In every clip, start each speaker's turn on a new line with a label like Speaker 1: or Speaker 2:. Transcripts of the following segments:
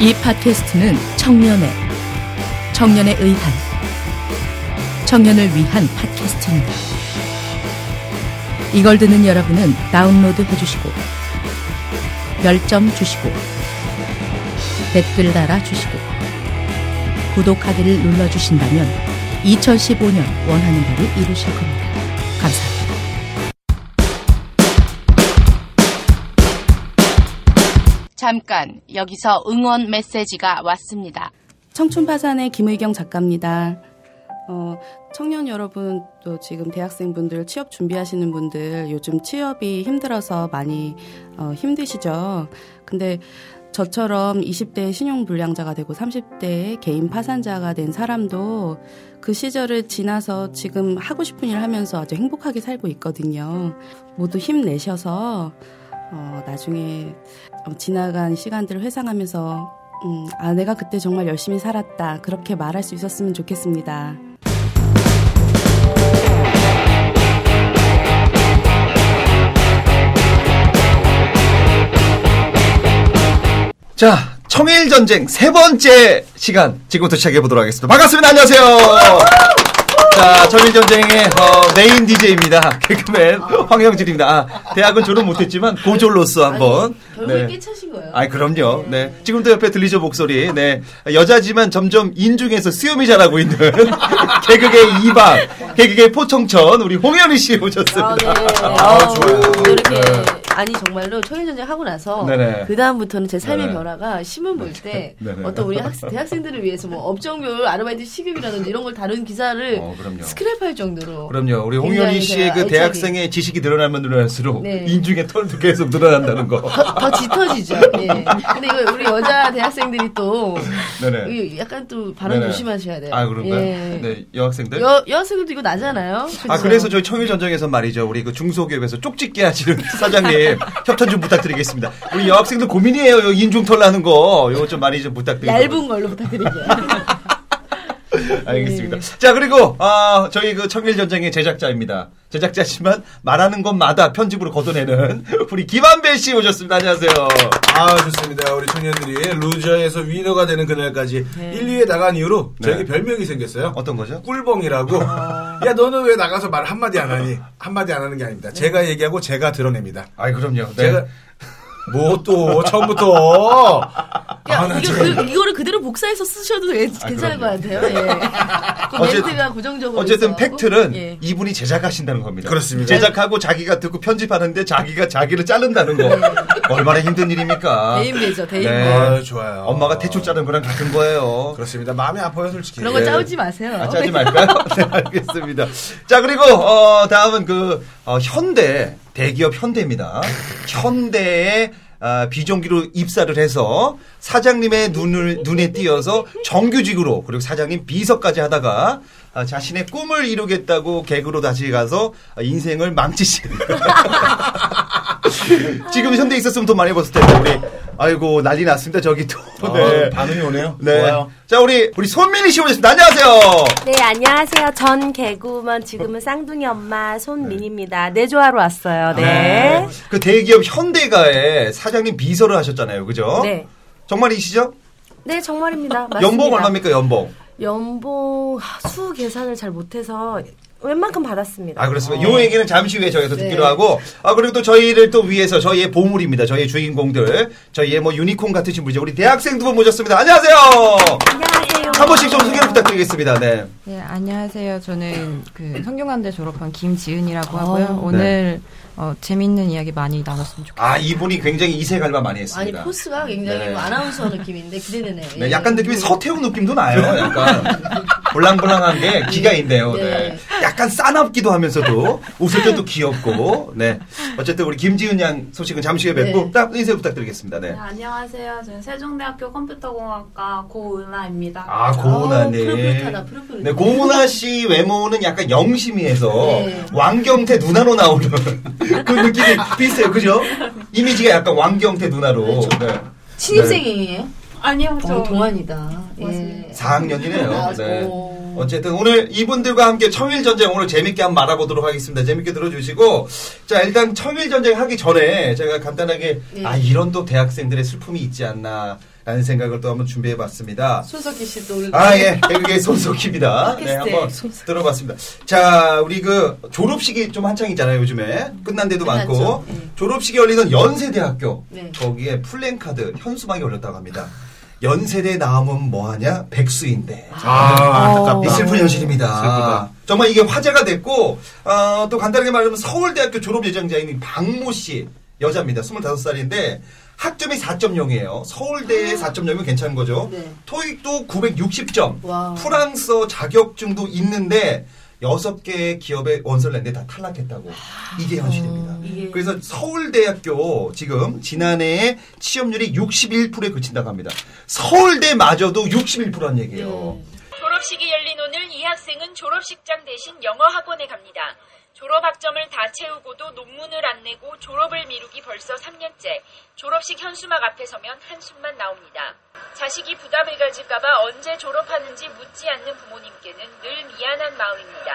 Speaker 1: 이 팟캐스트는 청년의 청년에 의한 청년을 위한 팟캐스트입니다. 이걸 듣는 여러분은 다운로드 해주시고 별점 주시고 댓글 달아주시고 구독하기를 눌러주신다면 2015년 원하는 바를 이루실 겁니다. 감사합니다.
Speaker 2: 잠깐 여기서 응원 메시지가 왔습니다.
Speaker 3: 청춘파산의 김의경 작가입니다. 어, 청년 여러분, 또 지금 대학생분들, 취업 준비하시는 분들, 요즘 취업이 힘들어서 많이 어, 힘드시죠? 근데 저처럼 20대 신용불량자가 되고 30대 개인 파산자가 된 사람도 그 시절을 지나서 지금 하고 싶은 일 하면서 아주 행복하게 살고 있거든요. 모두 힘내셔서 어, 나중에 어, 지나간 시간들을 회상하면서 음, 아 내가 그때 정말 열심히 살았다 그렇게 말할 수 있었으면 좋겠습니다.
Speaker 4: 자, 청일 전쟁 세 번째 시간 지금부터 시작해 보도록 하겠습니다. 반갑습니다. 안녕하세요. 자, 청일 전쟁의 어, 메인 DJ입니다. 개그맨 황영진입니다. 아, 대학은 졸업 못했지만 고졸로서 한번.
Speaker 3: 결국에 깨차신 거예요.
Speaker 4: 아, 그럼요. 네. 지금도 옆에 들리죠 목소리. 네. 여자지만 점점 인중에서 수염이 자라고 있는 개그계 이방, 개그계 포청천 우리 홍현희 씨
Speaker 5: 아,
Speaker 4: 오셨습니다.
Speaker 5: 네.
Speaker 4: 아,
Speaker 5: 아,
Speaker 3: 어,
Speaker 4: 좋아요.
Speaker 5: 또 이렇게
Speaker 4: 네.
Speaker 5: 아니 정말로 청일전쟁 하고 나서
Speaker 4: 네네.
Speaker 5: 그 다음부터는 제 삶의
Speaker 4: 네네.
Speaker 5: 변화가 신문 볼 때
Speaker 4: 네네.
Speaker 5: 어떤 우리 학생 대학생들을 위해서 뭐 업종별 아르바이트 시급이라든지 이런 걸 다룬 기사를
Speaker 4: 어, 그럼요.
Speaker 5: 스크랩할 정도로
Speaker 4: 그럼요. 우리
Speaker 5: 굉장히
Speaker 4: 홍현희 씨의
Speaker 5: 제가
Speaker 4: 그
Speaker 5: 애착이
Speaker 4: 대학생의 지식이 늘어나면 늘어날수록
Speaker 5: 네.
Speaker 4: 인중의 털도 계속 늘어난다는 거.
Speaker 5: 더 짙어지죠. 예. 근데 이거 우리 여자 대학생들이 또
Speaker 4: 네네.
Speaker 5: 이 약간 또 발언
Speaker 4: 네네.
Speaker 5: 조심하셔야 돼요.
Speaker 4: 아 그런가요?
Speaker 5: 예.
Speaker 4: 네 여학생들.
Speaker 5: 여 여학생들도 이거 나잖아요.
Speaker 4: 아 그래서 저희 청일 전쟁에서 말이죠. 우리 그 중소기업에서 쪽집게 하시는 사장님 협찬 좀 부탁드리겠습니다. 우리 여학생들 고민이에요. 요 인중 털 나는 거. 요거 좀 많이 좀 부탁드립니다.
Speaker 5: 얇은 걸로 부탁드릴게요.
Speaker 4: 알겠습니다. 자 그리고 아 저희 그 청일 전쟁의 제작자입니다. 제작자지만 말하는 것마다 편집으로 걷어내는 우리 김한배 씨 오셨습니다. 안녕하세요.
Speaker 6: 아 좋습니다. 우리 청년들이 루저에서 위너가 되는 그날까지
Speaker 5: 네.
Speaker 6: 1, 2에 나간 이후로 저에게
Speaker 4: 네.
Speaker 6: 별명이 생겼어요.
Speaker 4: 어떤 거죠?
Speaker 6: 꿀봉이라고.
Speaker 5: 아.
Speaker 6: 야 너는 왜 나가서 말 한마디 안 하니? 한마디 안 하는
Speaker 5: 네.
Speaker 6: 게 아닙니다. 제가 얘기하고 제가 드러냅니다.
Speaker 4: 아 그럼요. 네.
Speaker 6: 제가 뭐 또 처음부터
Speaker 5: 야,
Speaker 6: 아, 나
Speaker 5: 이거,
Speaker 6: 지금-
Speaker 5: 그- 이거를 그대로 복사해서 쓰셔도 예, 괜찮을 것
Speaker 4: 네, 그럼요.
Speaker 5: 같아요. 예. 그
Speaker 4: 어쨌든-
Speaker 5: 멘트가 고정적으로.
Speaker 4: 어쨌든
Speaker 5: 있어갖고,
Speaker 4: 팩트는
Speaker 5: 예.
Speaker 4: 이분이 제작하신다는 겁니다.
Speaker 6: 그렇습니다.
Speaker 4: 제작하고 자기가 듣고 편집하는데 자기가 자기를 자른다는 거 얼마나 힘든 일입니까? 네.
Speaker 5: 네. 대인배죠, 대인배.
Speaker 6: 아유, 네, 좋아요.
Speaker 4: 엄마가 대출 자른 거랑 같은 거예요.
Speaker 6: 그렇습니다. 마음이 아파요 솔직히.
Speaker 5: 그런 거
Speaker 4: 예.
Speaker 5: 짜오지 마세요.
Speaker 4: 아, 짜지 말까요? 네, 알겠습니다. 자, 그리고, 어, 다음은 그, 어, 현대, 대기업 현대입니다. 현대에 아, 비정규로 입사를 해서 사장님의 눈을, 눈에 띄어서 정규직으로, 그리고 사장님 비서까지 하다가 아, 자신의 꿈을 이루겠다고 개그로 다시 가서 아, 인생을 망치시는. 지금 현대에 있었으면 돈 많이 벌었을 텐데, 우리. 아이고, 난리 났습니다. 저기 또.
Speaker 6: 아,
Speaker 4: 네.
Speaker 6: 반응이 오네요.
Speaker 4: 네.
Speaker 6: 좋아요.
Speaker 4: 자, 우리, 우리 손민희 씨 오셨습니다. 안녕하세요.
Speaker 7: 네, 안녕하세요. 전 개구먼 지금은 쌍둥이 엄마 손민입니다. 네, 내조하러 왔어요. 네.
Speaker 4: 그 대기업 현대가의 사장님 비서를 하셨잖아요. 그죠?
Speaker 7: 네.
Speaker 4: 정말이시죠?
Speaker 7: 네, 정말입니다. 맞습니다.
Speaker 4: 연봉 얼마입니까, 연봉?
Speaker 7: 연봉 하, 수 계산을 잘 못해서 웬만큼 받았습니다.
Speaker 4: 아, 그렇습니다.
Speaker 7: 어.
Speaker 4: 요 얘기는 잠시 후에 저희가 또
Speaker 7: 네.
Speaker 4: 듣기로 하고, 아, 그리고 또 저희를 또 위해서 저희의 보물입니다. 저희의 주인공들. 저희의 뭐 유니콘 같으신 분이죠. 우리 대학생 두 분 모셨습니다. 안녕하세요!
Speaker 7: 안녕하세요.
Speaker 4: 한 번씩 좀 소개를 부탁드리겠습니다. 네.
Speaker 8: 네, 안녕하세요. 저는 그 성균관대 졸업한 김지은이라고 하고요. 오늘 어, 재밌는 이야기 많이 나눴으면 좋겠어요.
Speaker 4: 아, 이분이 굉장히 이색 알바 많이
Speaker 5: 아니,
Speaker 4: 했습니다.
Speaker 5: 포스가 굉장히
Speaker 4: 네.
Speaker 5: 뭐 아나운서 느낌인데 기대되네요.
Speaker 4: 네,
Speaker 5: 예.
Speaker 4: 약간 느낌이 서태웅 느낌도 나요. 약간 볼랑볼랑한 게 기가 있네요. 네. 약간 싸납기도 하면서도 웃을 때도 귀엽고. 네. 어쨌든 우리 김지은 양 소식은 잠시 후에 뵙고
Speaker 5: 네.
Speaker 4: 딱 인사 부탁드리겠습니다. 네.
Speaker 9: 안녕하세요. 저는 세종대학교 컴퓨터공학과 고은아입니다.
Speaker 4: 아
Speaker 5: 아,
Speaker 4: 고은아님.
Speaker 5: 푸릇푸릇하다, 푸릇푸릇.
Speaker 4: 네 고은아 씨 외모는 약간 영심이에서
Speaker 5: 네.
Speaker 4: 왕경태 누나로 나오는 그 느낌이 비슷해요, 그죠? 이미지가 약간 왕경태 누나로.
Speaker 5: 그렇죠.
Speaker 4: 네.
Speaker 5: 신입생이에요?
Speaker 9: 아니요,
Speaker 5: 어,
Speaker 9: 음. 저
Speaker 5: 동안이다. 예.
Speaker 9: 맞습니다.
Speaker 4: 4학년이네요.
Speaker 5: 아,
Speaker 4: 네.
Speaker 5: 오.
Speaker 4: 어쨌든 오늘 이분들과 함께 청일전쟁 오늘 재밌게 한번 알아보도록 하겠습니다. 재밌게 들어주시고. 자, 일단 청일전쟁 하기 전에 제가 간단하게
Speaker 5: 네.
Speaker 4: 아, 이런 또 대학생들의 슬픔이 있지 않나. 라는 생각을 또 한번 준비해 봤습니다.
Speaker 5: 손석희 씨도 오늘
Speaker 4: 아, 예. 그게 손석희입니다. 네,
Speaker 5: 팟캐스트에
Speaker 4: 한번
Speaker 5: 손석희.
Speaker 4: 들어봤습니다. 자, 우리 그 졸업식이 좀 한창이잖아요, 요즘에. 끝난 데도
Speaker 5: 끝났죠.
Speaker 4: 많고.
Speaker 5: 네.
Speaker 4: 졸업식이 열리던 연세대학교.
Speaker 5: 네.
Speaker 4: 거기에 플랜카드 현수막이 올렸다고 합니다. 연세대 나오면 뭐하냐? 백수인데.
Speaker 6: 아,
Speaker 4: 이
Speaker 6: 안타깝다.
Speaker 4: 슬픈 현실입니다.
Speaker 6: 슬프다.
Speaker 4: 정말 이게 화제가 됐고, 어, 또 간단하게 말하면 서울대학교 졸업 예정자인 박모 씨, 여자입니다. 25살인데, 학점이 4.0이에요. 서울대의 4.0이면 괜찮은 거죠.
Speaker 5: 아. 네.
Speaker 4: 토익도 960점,
Speaker 5: 와.
Speaker 4: 프랑스어 자격증도 있는데, 6개의 기업의 원서를 냈는데 다 탈락했다고. 이게 현실입니다.
Speaker 5: 아, 이게-
Speaker 4: 그래서 서울대학교 지금 지난해에 취업률이 61%에 그친다고 합니다. 서울대마저도 61%란 얘기예요.
Speaker 10: 졸업식이 열린 오늘 이 학생은 졸업식장 대신 영어 학원에 갑니다. 졸업 학점을 다 채우고도 논문을 안 내고 졸업을 미루기 벌써 3년째. 졸업식 현수막 앞에 서면 한숨만 나옵니다. 자식이 부담을 가질까봐 언제 졸업하는지 묻지 않는 부모님께는 늘 미안한 마음입니다.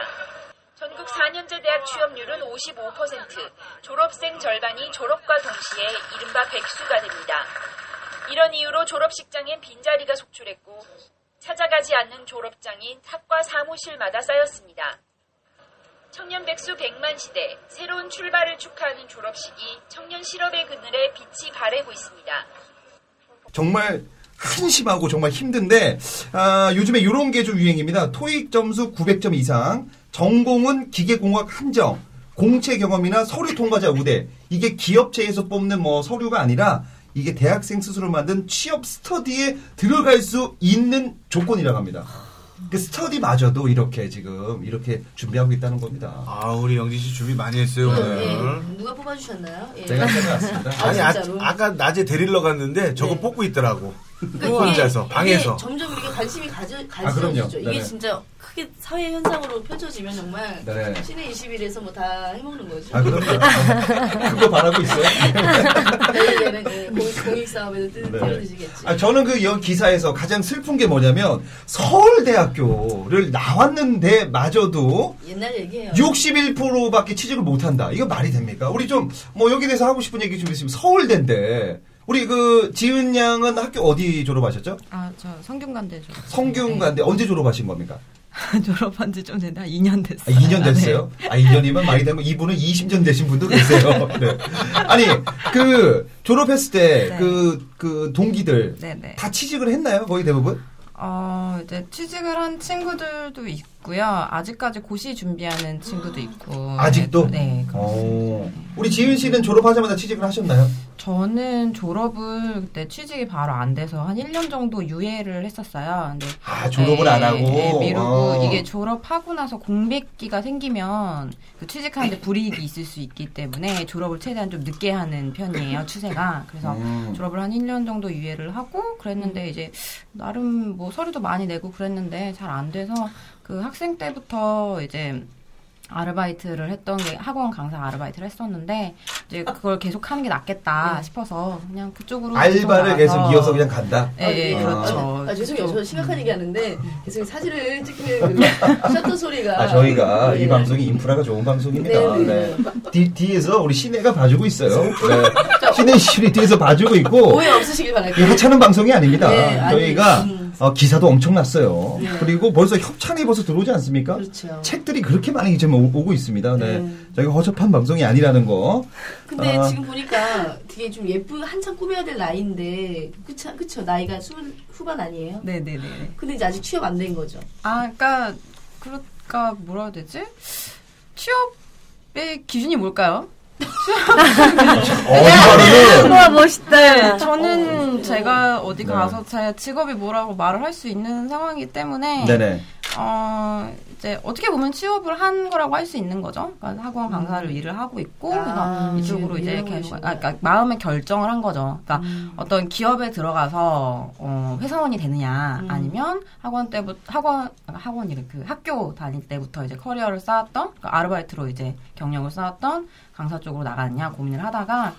Speaker 10: 전국 4년제 대학 취업률은 55%, 졸업생 절반이 졸업과 동시에 이른바 백수가 됩니다. 이런 이유로 졸업식장엔 빈자리가 속출했고 찾아가지 않는 졸업장이 학과 사무실마다 쌓였습니다. 청년 백수 100만 시대, 새로운 출발을 축하하는 졸업식이 청년 실업의 그늘에 빛이 바래고 있습니다.
Speaker 4: 정말 한심하고 정말 힘든데 아, 요즘에 이런 게 좀 유행입니다. 토익 점수 900점 이상, 전공은 기계공학 한정, 공채 경험이나 서류 통과자 우대. 이게 기업체에서 뽑는 뭐 서류가 아니라 이게 대학생 스스로 만든 취업 스터디에 들어갈 수 있는 조건이라고 합니다. 그 스터디마저도 이렇게 지금 이렇게 준비하고 있다는 겁니다.
Speaker 6: 아, 우리 영진 씨 준비 많이 했어요, 오늘.
Speaker 5: 예, 누가 뽑아주셨나요? 예.
Speaker 4: 내가 찾아왔습니다.
Speaker 5: 아,
Speaker 6: 아니, 아,
Speaker 5: 진짜로?
Speaker 6: 아까 낮에 데리러 갔는데 저거
Speaker 5: 네.
Speaker 6: 뽑고 있더라고.
Speaker 5: 그러니까
Speaker 6: 또
Speaker 5: 이게-
Speaker 6: 앉아서,
Speaker 5: 이게
Speaker 6: 방에서.
Speaker 5: 점점 이렇게 관심이 가져
Speaker 4: 아, 그럼요.
Speaker 5: 가지죠. 이게
Speaker 4: 네네.
Speaker 5: 진짜 크게 사회 현상으로 펼쳐지면 정말
Speaker 4: 네네.
Speaker 5: 신의 20일에서 뭐 다 해먹는 거죠.
Speaker 4: 아, 그럼요. 그거 바라고 있어요.
Speaker 5: 내일에는 예, 공- 공익 사업에도 뜨는
Speaker 4: 네.
Speaker 5: 뛰어드시겠지.
Speaker 4: 아, 저는 그 여 기사에서 가장 슬픈 게 뭐냐면 서울대학교를 나왔는데 마저도
Speaker 5: 옛날 얘기예요.
Speaker 4: 61%밖에 취직을 못한다. 이거 말이 됩니까? 우리 좀 뭐 여기 대해서 하고 싶은 얘기 좀 있으면 서울대인데 우리 그 지은 양은 학교 어디 졸업하셨죠?
Speaker 8: 아, 저 성균관대 졸업.
Speaker 4: 성균관대 언제 졸업하신 겁니까?
Speaker 8: 네. 졸업한 지 좀 됐나? 2년
Speaker 4: 아,
Speaker 8: 됐어요.
Speaker 4: 2년 됐어요? 아, 2년이면 말이 되면 이분은 20년 되신 분도 계세요. 네. 아니, 그 졸업했을 때
Speaker 8: 네.
Speaker 4: 그 그 동기들
Speaker 8: 네, 네.
Speaker 4: 다 취직을 했나요? 거의 대부분?
Speaker 8: 어, 이제 취직을 한 친구들도 있고요. 아직까지 고시 준비하는 친구도 있고.
Speaker 4: 아직도?
Speaker 8: 네.
Speaker 4: 어. 우리 지윤 씨는
Speaker 6: 네,
Speaker 4: 졸업하자마자 취직을 하셨나요?
Speaker 8: 저는 졸업을 그때 취직이 바로 안 돼서 한 1년 정도 유예를 했었어요. 근데
Speaker 4: 아, 졸업을
Speaker 8: 네,
Speaker 4: 안 하고.
Speaker 8: 네, 미루고
Speaker 4: 어.
Speaker 8: 이게 졸업하고 나서 공백기가 생기면 그 취직하는데 불이익이 있을 수 있기 때문에 졸업을 최대한 좀 늦게 하는 편이에요 추세가 그래서
Speaker 4: 음.
Speaker 8: 졸업을 한 1년 정도 유예를 하고 그랬는데 이제 나름 뭐 서류도 많이 내고 그랬는데 잘 안 돼서 그 학생 때부터 이제 아르바이트를 했던 게 학원 강사 아르바이트를 했었는데 이제 그걸 계속 하는 게 낫겠다 싶어서 그냥 그쪽으로
Speaker 4: 음. 알바를 계속
Speaker 8: 나가서
Speaker 4: 이어서 그냥 간다.
Speaker 8: 예, 예,
Speaker 4: 아.
Speaker 8: 그렇죠.
Speaker 5: 아, 죄송해요. 저 심각한 얘기 하는데 계속 사진을 찍히는 그 셔터 소리가.
Speaker 4: 아, 저희가
Speaker 5: 예.
Speaker 4: 이 방송이 인프라가 좋은 방송입니다.
Speaker 5: 네,
Speaker 4: 네.
Speaker 5: 네.
Speaker 4: 뒤, 뒤에서 우리 시내가 봐주고 있어요. 네. 시내 시리 뒤에서 봐주고 있고.
Speaker 5: 오해 없으시길
Speaker 4: 이
Speaker 5: 바랄게요.
Speaker 4: 하찮은 방송이 아닙니다.
Speaker 5: 네, 아니,
Speaker 4: 저희가
Speaker 5: 음.
Speaker 4: 어, 기사도 엄청났어요.
Speaker 5: 네.
Speaker 4: 그리고 벌써 협찬이 벌써 들어오지 않습니까?
Speaker 5: 그렇죠.
Speaker 4: 책들이 그렇게 많이 지금 오- 오고 있습니다. 네.
Speaker 5: 네.
Speaker 4: 저희가 허접한 방송이 아니라는 거.
Speaker 5: 근데
Speaker 4: 아.
Speaker 5: 지금 보니까 되게 좀 예쁜 한참 꾸며야 될 나이인데 그쵸 그쵸 나이가 스물 후반 아니에요?
Speaker 8: 네네네.
Speaker 5: 근데 이제 아직 취업 안 된 거죠.
Speaker 8: 아, 그러니까 그러니까 뭐라 해야 되지? 취업의 기준이 뭘까요? 네.
Speaker 4: 어디가는
Speaker 7: 우와 멋있다.
Speaker 8: 저는 제가 아, 어디
Speaker 4: 네.
Speaker 8: 가서 제 직업이 뭐라고 말을 할 수 있는 상황이기 때문에
Speaker 4: 네네.
Speaker 8: 어 이제 어떻게 보면 취업을 한 거라고 할 수 있는 거죠. 그러니까 학원 강사를 일을 하고 있고
Speaker 5: 아,
Speaker 8: 그래서 이쪽으로
Speaker 5: 지금
Speaker 8: 이제
Speaker 5: 이러고 음.
Speaker 8: 계속
Speaker 5: 계시구나.
Speaker 8: 아, 그러니까 마음의 결정을 한 거죠. 그러니까 어떤 기업에 들어가서 어, 회사원이 되느냐
Speaker 5: 음.
Speaker 8: 아니면 학원 때부터 학원 학원이 그 학교 다닐 때부터 이제 커리어를 쌓았던 그러니까 아르바이트로 이제 경력을 쌓았던 강사 쪽으로 나가느냐 고민을 하다가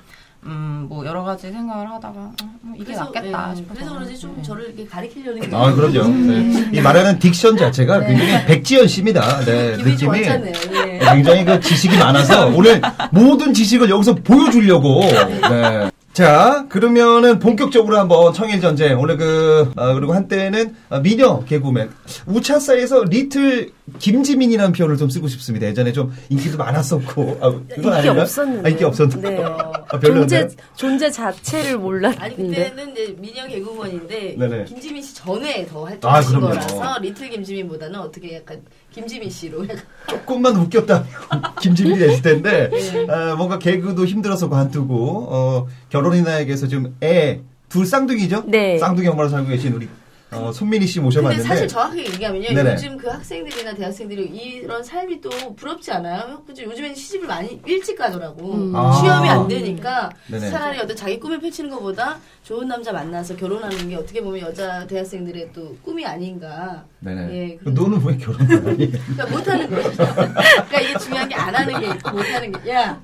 Speaker 8: 음, 뭐 여러 가지 생각을 하다가 어, 뭐 이게
Speaker 5: 그래서,
Speaker 8: 낫겠다
Speaker 5: 예,
Speaker 8: 싶어서 네.
Speaker 5: 그래서 그런지 좀 저를 이렇게 가리키려는 게
Speaker 4: 아, 그럼요. 네. 이 말하는 딕션 자체가
Speaker 8: 네.
Speaker 4: 굉장히 백지연 씨입니다. 네,
Speaker 5: 기분이 좀
Speaker 4: 느낌이
Speaker 5: 왔잖아요. 예.
Speaker 4: 굉장히 그 지식이 많아서 오늘 모든 지식을 여기서 보여주려고. 네. 자, 그러면은 본격적으로 한번 청일 전쟁 오늘 그 아, 그리고 한때는 아, 미녀 개그맨 우차사에서 리틀 김지민이라는 표현을 좀 쓰고 싶습니다. 예전에 좀 인기도 많았었고 아, 그건
Speaker 7: 인기
Speaker 4: 아닌가요?
Speaker 7: 없었는데.
Speaker 4: 아, 인기 없었는데.
Speaker 7: 네.
Speaker 4: 아, 별로였나요?
Speaker 7: 존재 존재 자체를
Speaker 5: 아니
Speaker 7: 몰랐는데.
Speaker 5: 그때는 이제 미녀 개그우먼인데
Speaker 4: 네네.
Speaker 5: 김지민 씨 전에 더
Speaker 4: 아,
Speaker 5: 활동하신
Speaker 4: 그럼요.
Speaker 5: 거라서 리틀 김지민보다는 어떻게 약간 김지민 씨로 약간
Speaker 4: 조금만 웃겼다 김지민이 됐을 텐데
Speaker 5: 네.
Speaker 4: 아, 뭔가 개그도 힘들어서 관두고 어, 결혼이나 얘기해서 좀애둘 쌍둥이죠? 쌍둥이 엄마로 살고 계신 우리 어, 손민희 씨
Speaker 5: 네. 근데
Speaker 4: 모셔봤는데
Speaker 5: 사실 정확하게 얘기하면요
Speaker 4: 네네.
Speaker 5: 요즘 그 학생들이나 대학생들이 이런 삶이 또 부럽지 않아요? 그죠? 요즘엔 시집을 많이 일찍 가더라고
Speaker 4: 아.
Speaker 5: 취업이 안 되니까
Speaker 4: 네네.
Speaker 5: 차라리 어떤 자기 꿈을 펼치는 것보다 좋은 남자 만나서 결혼하는 게 어떻게 보면 여자 대학생들의 또 꿈이 아닌가
Speaker 4: 네네.
Speaker 5: 예,
Speaker 4: 그럼 너는 왜 결혼을 안 해?
Speaker 5: 그러니까 못하는 거죠. 그러니까 이게 중요한 게 안 하는 게 있고 못하는 게. 야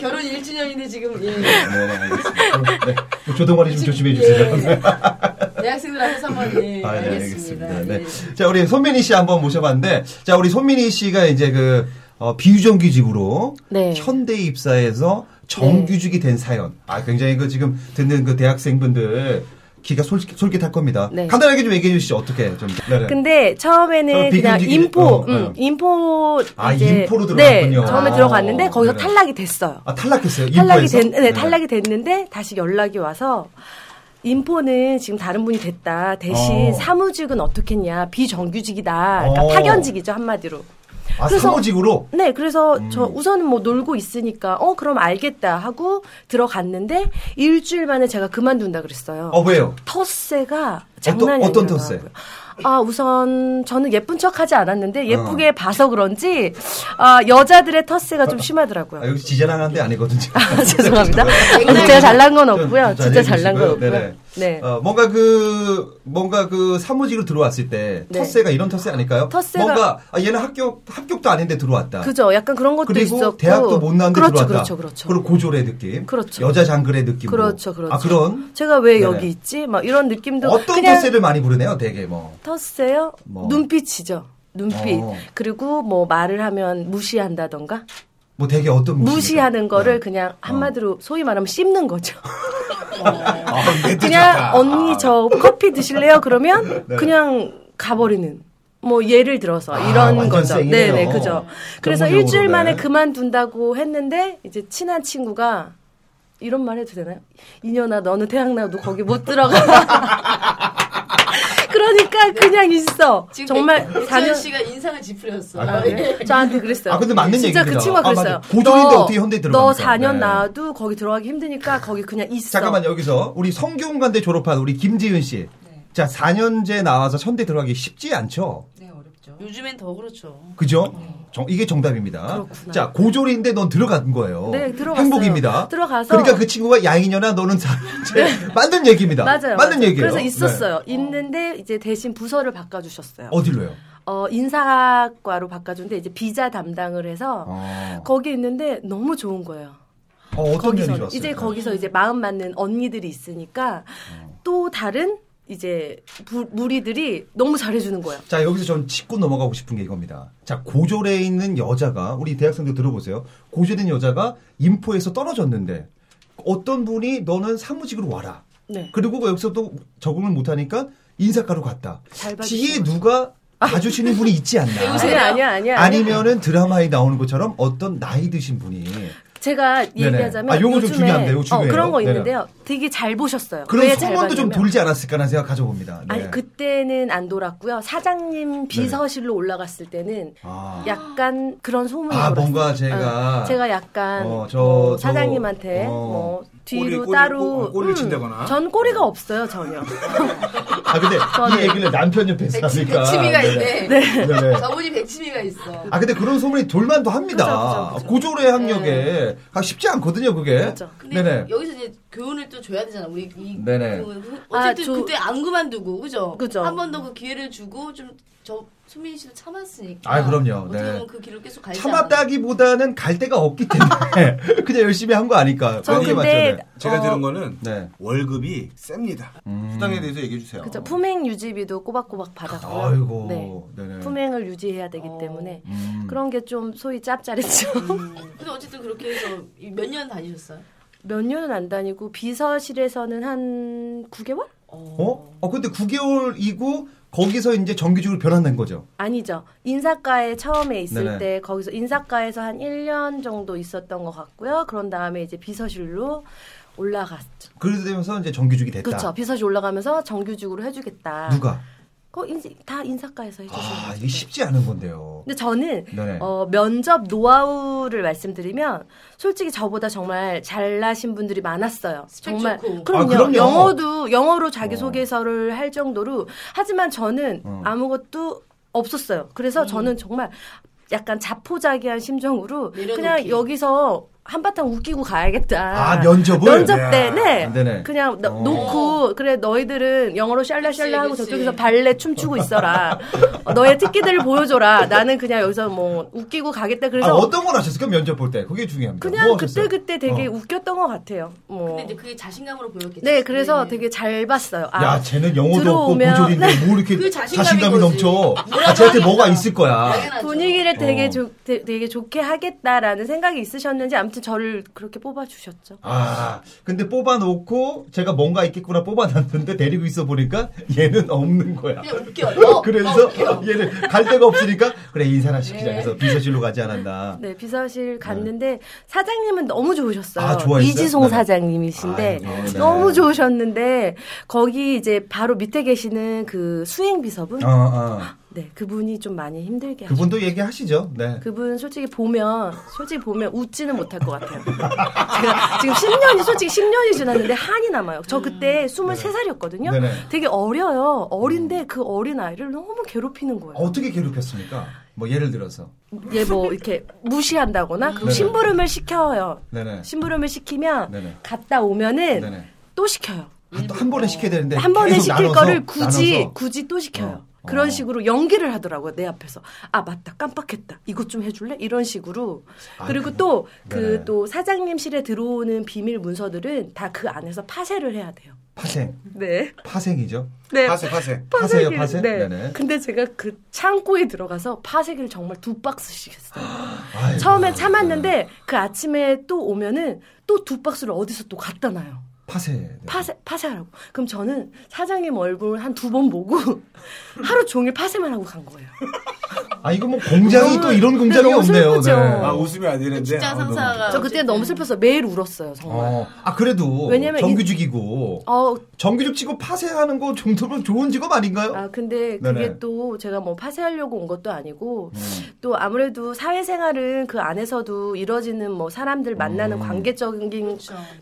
Speaker 5: 결혼 1주년인데 지금 예.
Speaker 4: 네, 네, 알겠습니다. 네, 조동아리 좀 조심해 주세요. 네.
Speaker 5: 예, 대학생들 앞에서 한번 예,
Speaker 4: 아, 네, 알겠습니다.
Speaker 5: 알겠습니다.
Speaker 4: 네.
Speaker 5: 예.
Speaker 4: 자, 우리 손민희 씨 한번 모셔봤는데, 자, 우리 손민희 씨가 이제 그, 어, 비유정규직으로
Speaker 7: 네.
Speaker 4: 현대 입사해서 정규직이 된 사연. 아, 굉장히 그 지금 듣는 그 대학생분들 기가 솔깃, 솔깃할 겁니다.
Speaker 7: 네.
Speaker 4: 간단하게 좀 얘기해 주시죠. 어떻게 좀. 네, 네.
Speaker 7: 근데 처음에는
Speaker 4: 어,
Speaker 7: 그냥
Speaker 4: 비근지근해.
Speaker 7: 인포,
Speaker 4: 어,
Speaker 7: 음,
Speaker 4: 어.
Speaker 7: 인포
Speaker 4: 아,
Speaker 7: 이제-
Speaker 4: 인포로
Speaker 7: 네,
Speaker 4: 들어갔군요.
Speaker 7: 처음에
Speaker 4: 아.
Speaker 7: 들어갔는데 거기서
Speaker 4: 네네.
Speaker 7: 탈락이 됐어요.
Speaker 4: 아, 탈락했어요.
Speaker 7: 탈락이
Speaker 4: 인포에서?
Speaker 7: 됐, 네, 탈락이 됐는데 다시 연락이 와서 인포는 지금 다른 분이 됐다. 대신
Speaker 4: 어.
Speaker 7: 사무직은 어떻겠냐. 비정규직이다. 그러니까
Speaker 4: 어.
Speaker 7: 파견직이죠 한마디로.
Speaker 4: 아,
Speaker 7: 그래서-
Speaker 4: 사무직으로?
Speaker 7: 네, 그래서
Speaker 4: 음.
Speaker 7: 저 우선은 뭐 놀고 있으니까 어 그럼 알겠다 하고 들어갔는데 일주일 만에 제가 그만둔다 그랬어요.
Speaker 4: 어, 왜요?
Speaker 7: 텃세가 장난이
Speaker 4: 어떤
Speaker 7: 아니더라고요.
Speaker 4: 텃세?
Speaker 7: 아 우선 저는 예쁜 척하지 않았는데 예쁘게
Speaker 4: 어.
Speaker 7: 봐서 그런지 아 여자들의 텃세가 좀 심하더라고요.
Speaker 4: 아, 여기 지자랑한 데 아니거든요.
Speaker 7: 죄송합니다.
Speaker 4: 굉장히
Speaker 7: 제가 잘난 건
Speaker 4: 좀-
Speaker 7: 없고요.
Speaker 4: 좀
Speaker 7: 진짜
Speaker 4: 잘해주시고요.
Speaker 7: 잘난 건 없고요.
Speaker 4: 그렇죠. 네. 네네.
Speaker 7: 네.
Speaker 4: 어, 뭔가 그 뭔가 그 사무직으로 들어왔을 때
Speaker 7: 네.
Speaker 4: 텃세가 이런 텃세 아닐까요?
Speaker 7: 텃세가-
Speaker 4: 뭔가 아, 얘는 합격 합격도 아닌데 들어왔다.
Speaker 7: 그죠. 약간 그런 것도
Speaker 4: 그리고
Speaker 7: 있었고.
Speaker 4: 대학도 못 나왔는데
Speaker 7: 그렇죠,
Speaker 4: 들어왔다.
Speaker 7: 그렇죠, 그렇죠.
Speaker 4: 리고 고졸의 느낌.
Speaker 7: 그렇죠.
Speaker 4: 여자 장글의 느낌.
Speaker 7: 그렇죠, 그렇죠.
Speaker 4: 아 그런
Speaker 7: 제가 왜
Speaker 4: 네네.
Speaker 7: 여기 있지? 막 이런 느낌도
Speaker 4: 어떤
Speaker 7: 그냥
Speaker 4: 텃세를 많이 부르네요. 되게 뭐.
Speaker 7: 텃세요?
Speaker 4: 뭐.
Speaker 7: 눈빛이죠. 눈빛.
Speaker 4: 어.
Speaker 7: 그리고 뭐 말을 하면 무시한다던가
Speaker 4: 뭐 되게 어떤 어. 무시.
Speaker 7: 무시하는 거를 그냥 한마디로 소위 말하면 씹는 거죠.
Speaker 4: 어. 아,
Speaker 6: 그냥
Speaker 7: 그냥 언니 저 커피 드실래요? 그러면
Speaker 4: 네.
Speaker 7: 그냥 가버리는. 뭐 예를 들어서 이런
Speaker 4: 아, 완전
Speaker 7: 거죠.
Speaker 4: 쌩이네요.
Speaker 7: 네네 그죠. 그래서
Speaker 4: 전문용어로,
Speaker 7: 일주일 만에
Speaker 4: 네.
Speaker 7: 그만둔다고 했는데 이제 친한 친구가 이런 말 해도 되나요? 이년아 너는 태양나도 거기 못 들어가. 그러니까 그냥 있어.
Speaker 5: 지금
Speaker 7: 정말
Speaker 5: 현
Speaker 7: 4년
Speaker 5: 씨가 인상을 찌푸렸어.
Speaker 4: 아, 그래요?
Speaker 7: 저한테 그랬어요.
Speaker 4: 아, 근데 맞는
Speaker 7: 진짜 그
Speaker 4: 얘기입니다.
Speaker 7: 친구가
Speaker 4: 아,
Speaker 7: 그랬어요.
Speaker 4: 맞아. 고졸인데 어떻게 현대에
Speaker 7: 너
Speaker 4: 들어갑니까?
Speaker 7: 4년
Speaker 4: 네.
Speaker 7: 나와도 거기 들어가기 힘드니까 거기 그냥 있어.
Speaker 4: 잠깐만 여기서 우리 성균관대 졸업한 우리 김지은 씨. 자 4년제 나와서 천대 들어가기 쉽지 않죠.
Speaker 5: 요즘엔 더 그렇죠.
Speaker 4: 그죠? 정- 이게 정답입니다. 자, 고졸인데 넌 들어간 거예요.
Speaker 7: 네, 들어갔어요.
Speaker 4: 행복입니다.
Speaker 7: 들어가서- 네.
Speaker 4: 그러니까 그 친구가 양이녀나 너는 사람인데 맞는 얘기입니다.
Speaker 7: 맞아요.
Speaker 4: 맞는
Speaker 7: 맞아요.
Speaker 4: 얘기예요.
Speaker 7: 그래서 있었어요.
Speaker 4: 네.
Speaker 7: 있는데 이제 대신 부서를 바꿔주셨어요.
Speaker 4: 어디로요?
Speaker 7: 어, 인사과로 바꿔주는데 이제 비자 담당을 해서
Speaker 4: 어,
Speaker 7: 거기 있는데 너무 좋은 거예요.
Speaker 4: 어, 떤 면이
Speaker 7: 거기서
Speaker 4: 좋았어요? 어.
Speaker 7: 이제 거기서 이제 마음 맞는 언니들이 있으니까 또 다른 이제 부- 무리들이 너무 잘해주는 거예요.
Speaker 4: 자, 여기서 전 짚고 넘어가고 싶은 게 이겁니다. 자, 고졸에 있는 여자가, 우리 대학생들 들어보세요. 고졸된 여자가 인포에서 떨어졌는데, 어떤 분이 너는 사무직으로 와라.
Speaker 7: 네.
Speaker 4: 그리고 뭐 여기서 또 적응을 못하니까 인사과로 갔다.
Speaker 7: 잘
Speaker 4: 뒤에
Speaker 7: 봐주시는
Speaker 4: 누가 봐주시는 분이 있지 않나.
Speaker 7: 아니야, 아니야, 아니야.
Speaker 4: 아니면은 드라마에 나오는 것처럼 어떤 나이 드신 분이
Speaker 7: 제가
Speaker 4: 네네.
Speaker 7: 얘기하자면
Speaker 4: 아, 요거 좀
Speaker 7: 요즘에
Speaker 4: 중요한데, 요거
Speaker 7: 어,
Speaker 4: 중요해요.
Speaker 7: 그런 거
Speaker 4: 네네.
Speaker 7: 있는데요. 되게 잘 보셨어요.
Speaker 4: 그런
Speaker 7: 왜잘
Speaker 4: 소문도 좀
Speaker 7: 봤냐면
Speaker 4: 돌지 않았을까라는 생각 가져봅니다. 네.
Speaker 7: 아니 그때는 안 돌았고요. 사장님 비서실로 올라갔을 때는
Speaker 4: 아.
Speaker 7: 약간 그런 소문이
Speaker 4: 아,
Speaker 7: 돌았어요.
Speaker 4: 뭔가 제가-
Speaker 7: 어, 제가 약간
Speaker 4: 어, 저-
Speaker 7: 뭐
Speaker 4: 저-
Speaker 7: 사장님한테
Speaker 4: 어.
Speaker 7: 뭐 뒤로
Speaker 6: 꼬리- 꼬리-
Speaker 7: 따로 음,
Speaker 6: 꼬- 꼬리를 친다거나?
Speaker 7: 전
Speaker 4: 네.
Speaker 7: 꼬리가 없어요 전혀.
Speaker 4: 아, 근데 이
Speaker 7: 저는-
Speaker 4: 얘기를 남편 옆에서
Speaker 5: 백치,
Speaker 4: 하니까.
Speaker 5: 백치미가
Speaker 4: 네네.
Speaker 5: 있네.
Speaker 4: 네네.
Speaker 5: 저분이 백치미가 있어.
Speaker 4: 아, 근데 그런 소문이 돌만도 합니다. 고졸의 학력에 아, 쉽지 않거든요, 그게.
Speaker 7: 네. 그죠.
Speaker 5: 근데
Speaker 4: 네네.
Speaker 5: 여기서 이제 교훈을 또 줘야 되잖아. 우리 이
Speaker 4: 네네.
Speaker 5: 그 후-
Speaker 7: 아,
Speaker 5: 어쨌든
Speaker 7: 저-
Speaker 5: 그때 안 그만두고 그죠?
Speaker 7: 그죠.
Speaker 5: 한 번 더 그 기회를 주고 좀 저 수민 씨도 참았으니까.
Speaker 4: 아, 그럼요.
Speaker 5: 어떻게
Speaker 4: 네.
Speaker 5: 보면 그 길을 계속 가지
Speaker 4: 참았다기보다는 갈 데가 없기 때문에 그냥 열심히 한 거 아닐까.
Speaker 7: 저
Speaker 4: 그게
Speaker 7: 근데
Speaker 4: 맞죠, 네.
Speaker 6: 제가
Speaker 7: 어,
Speaker 6: 들은 거는
Speaker 4: 네.
Speaker 6: 월급이 셉니다. 수당에 대해서 얘기해 주세요.
Speaker 7: 그죠 품행 유지비도 꼬박꼬박 받았고요.
Speaker 4: 아이고.
Speaker 7: 네.
Speaker 4: 네네.
Speaker 7: 품행을 유지해야 되기 때문에
Speaker 4: 음.
Speaker 7: 그런 게 좀 소위 짭짤했죠.
Speaker 5: 않아. 근데 어쨌든 그렇게 해서 몇 년 다니셨어요?
Speaker 7: 몇 년은 안 다니고 비서실에서는 한 9개월?
Speaker 4: 어? 어, 근데 9개월이고 거기서 이제 정규직으로 변환된 거죠.
Speaker 7: 아니죠. 인사과에 처음에 있을
Speaker 4: 네네.
Speaker 7: 때 거기서 인사과에서 한 1년 정도 있었던 것 같고요. 그런 다음에 이제 비서실로 올라갔죠.
Speaker 4: 그래서 되면서 이제 정규직이 됐다.
Speaker 7: 그렇죠. 비서실 올라가면서 정규직으로 해주겠다.
Speaker 4: 누가?
Speaker 7: 그거 인지- 다 인사과에서 해주시는
Speaker 4: 아,
Speaker 7: 거죠.
Speaker 4: 이게 쉽지 않은 건데요. 아,
Speaker 7: 근데 저는
Speaker 4: 네네.
Speaker 7: 어, 면접 노하우를 말씀드리면 솔직히 저보다 정말 잘나신 분들이 많았어요. 정말
Speaker 5: 좋고.
Speaker 7: 그럼요.
Speaker 4: 아, 그럼요.
Speaker 7: 영어도 영어로 자기 소개서를 할 정도로 하지만 저는
Speaker 4: 어.
Speaker 7: 아무것도 없었어요.
Speaker 5: 음.
Speaker 7: 그래서 저는 정말 약간 자포자기한 심정으로
Speaker 5: 내려놓기.
Speaker 7: 그냥 여기서 한바탕 웃기고 가야겠다.
Speaker 4: 아, 면접을?
Speaker 7: 면접 때, 네.
Speaker 4: 야. 아, 네네.
Speaker 7: 그냥 너-
Speaker 4: 어.
Speaker 7: 놓고, 그래, 너희들은 영어로 샬라샬라 하고
Speaker 5: 그치.
Speaker 7: 저쪽에서 발레 춤추고 있어라. 어, 너의 특기들을 보여줘라. 나는 그냥 여기서 뭐 웃기고 가겠다.
Speaker 4: 아,
Speaker 7: 그래서
Speaker 4: 어떤 걸 하셨을까? 면접 볼 때. 그게 중요합니다.
Speaker 7: 그냥
Speaker 4: 뭐 하셨어요?
Speaker 7: 그때 그때 되게
Speaker 4: 어.
Speaker 7: 웃겼던 것 같아요. 뭐.
Speaker 5: 근데 이제 그게 자신감으로 보였겠죠.
Speaker 7: 네, 그래서 되게 잘 봤어요. 아,
Speaker 4: 야, 쟤는 영어도
Speaker 7: 들어오면-
Speaker 4: 없고 고졸인데 뭐 이렇게
Speaker 5: 그 자신감인
Speaker 4: 자신감이
Speaker 5: 거지.
Speaker 4: 넘쳐. 아, 쟤한테 뭐가 있을 거야.
Speaker 5: 당연하죠.
Speaker 7: 분위기를 되게
Speaker 4: 어.
Speaker 7: 좋- 되- 되게 좋게 하겠다라는 생각이 있으셨는지 아무튼 저를 그렇게 뽑아주셨죠.
Speaker 4: 아, 근데 뽑아놓고 제가 뭔가 있겠구나 뽑아놨는데 데리고 있어 보니까 얘는 없는 거야.
Speaker 5: 그냥 웃겨. 어,
Speaker 4: 그래서
Speaker 5: 어, 웃겨.
Speaker 4: 얘는 갈 데가 없으니까 그래 인사나 시키자 해서 비서실로 가지 않았나.
Speaker 7: 네, 비서실 갔는데 사장님은 너무 좋으셨어요.
Speaker 4: 네. 아, 좋아했어요?
Speaker 7: 이지송
Speaker 4: 네.
Speaker 7: 사장님이신데
Speaker 4: 아이고, 네.
Speaker 7: 너무 좋으셨는데 거기 이제 바로 밑에 계시는 그 수행 비서분,
Speaker 4: 어, 어.
Speaker 7: 네, 그분이 좀 많이 힘들게 하셨어요.
Speaker 4: 그분도 얘기하시죠. 네.
Speaker 7: 그분 솔직히 보면 솔직히 보면 웃지는 못할 것 같아요. 제가 지금 10년이 솔직히 10년이 지났는데 한이 남아요. 저 그때 23살이었거든요.
Speaker 4: 음. 네네. 음.
Speaker 7: 되게 어려요. 어린데 그 어린 아이를 너무 괴롭히는 거예요.
Speaker 4: 어떻게 괴롭혔습니까? 뭐 예를 들어서.
Speaker 7: 얘 뭐 이렇게 무시한다거나 그리고
Speaker 4: 네네.
Speaker 7: 심부름을 시켜요.
Speaker 4: 네네.
Speaker 7: 심부름을 시키면
Speaker 4: 네네.
Speaker 7: 갔다 오면은
Speaker 4: 네네.
Speaker 7: 또 시켜요.
Speaker 4: 아, 또한 번에 시켜야 되는데
Speaker 7: 어, 한 번에
Speaker 4: 계속
Speaker 7: 시킬
Speaker 4: 나눠서,
Speaker 7: 거를 굳이
Speaker 4: 나눠서.
Speaker 7: 굳이 또 시켜요.
Speaker 4: 어. 어.
Speaker 7: 그런 식으로 연기를 하더라고요 내 앞에서 아 맞다 깜빡했다 이것 좀 해줄래 이런 식으로
Speaker 4: 아,
Speaker 7: 그리고
Speaker 4: 그거-
Speaker 7: 또 그 또
Speaker 4: 네네.
Speaker 7: 사장님실에 들어오는 비밀 문서들은 다 그 안에서 파쇄를 해야 돼요
Speaker 4: 파생
Speaker 7: 네
Speaker 4: 파생이죠.
Speaker 7: 네
Speaker 6: 파세 파세.
Speaker 4: 파쇄요,
Speaker 7: 파쇄기를-
Speaker 4: 파쇄?
Speaker 7: 네.
Speaker 4: 네네.
Speaker 7: 근데 제가 그 창고에 들어가서 파쇄기를 정말 두 박스씩 했어요
Speaker 4: 아이고. 네.
Speaker 7: 처음엔 참았는데 그 아침에 또 오면은 또 두 박스를 어디서 또 갖다 놔요
Speaker 4: 파세. 네.
Speaker 7: 파세, 파세하라고. 그럼 저는 사장님 얼굴 한 두 번 보고 하루 종일 파세만 하고 간 거예요.
Speaker 4: 아 이거 뭐 공장이 또 이런 공장이
Speaker 7: 너무
Speaker 4: 없네요.
Speaker 7: 슬프죠.
Speaker 6: 아 웃으면 안 되는데.
Speaker 5: 직장
Speaker 6: 아, 너무
Speaker 5: 상사가
Speaker 7: 저 그때 너무 슬퍼서 매일 울었어요, 정말.
Speaker 4: 어, 아 그래도
Speaker 7: 왜냐면
Speaker 4: 정규직이고
Speaker 7: 어,
Speaker 4: 정규직 직업 파생하는 거 정도면 좋은 직업 아닌가요?
Speaker 7: 아, 근데 그게
Speaker 4: 네네. 음.
Speaker 7: 또 제가 뭐 파쇄하려고 온 것도 아니고 또 아무래도 사회생활은 그 안에서도 이뤄지는 뭐 사람들 만나는
Speaker 4: 음.
Speaker 7: 관계적인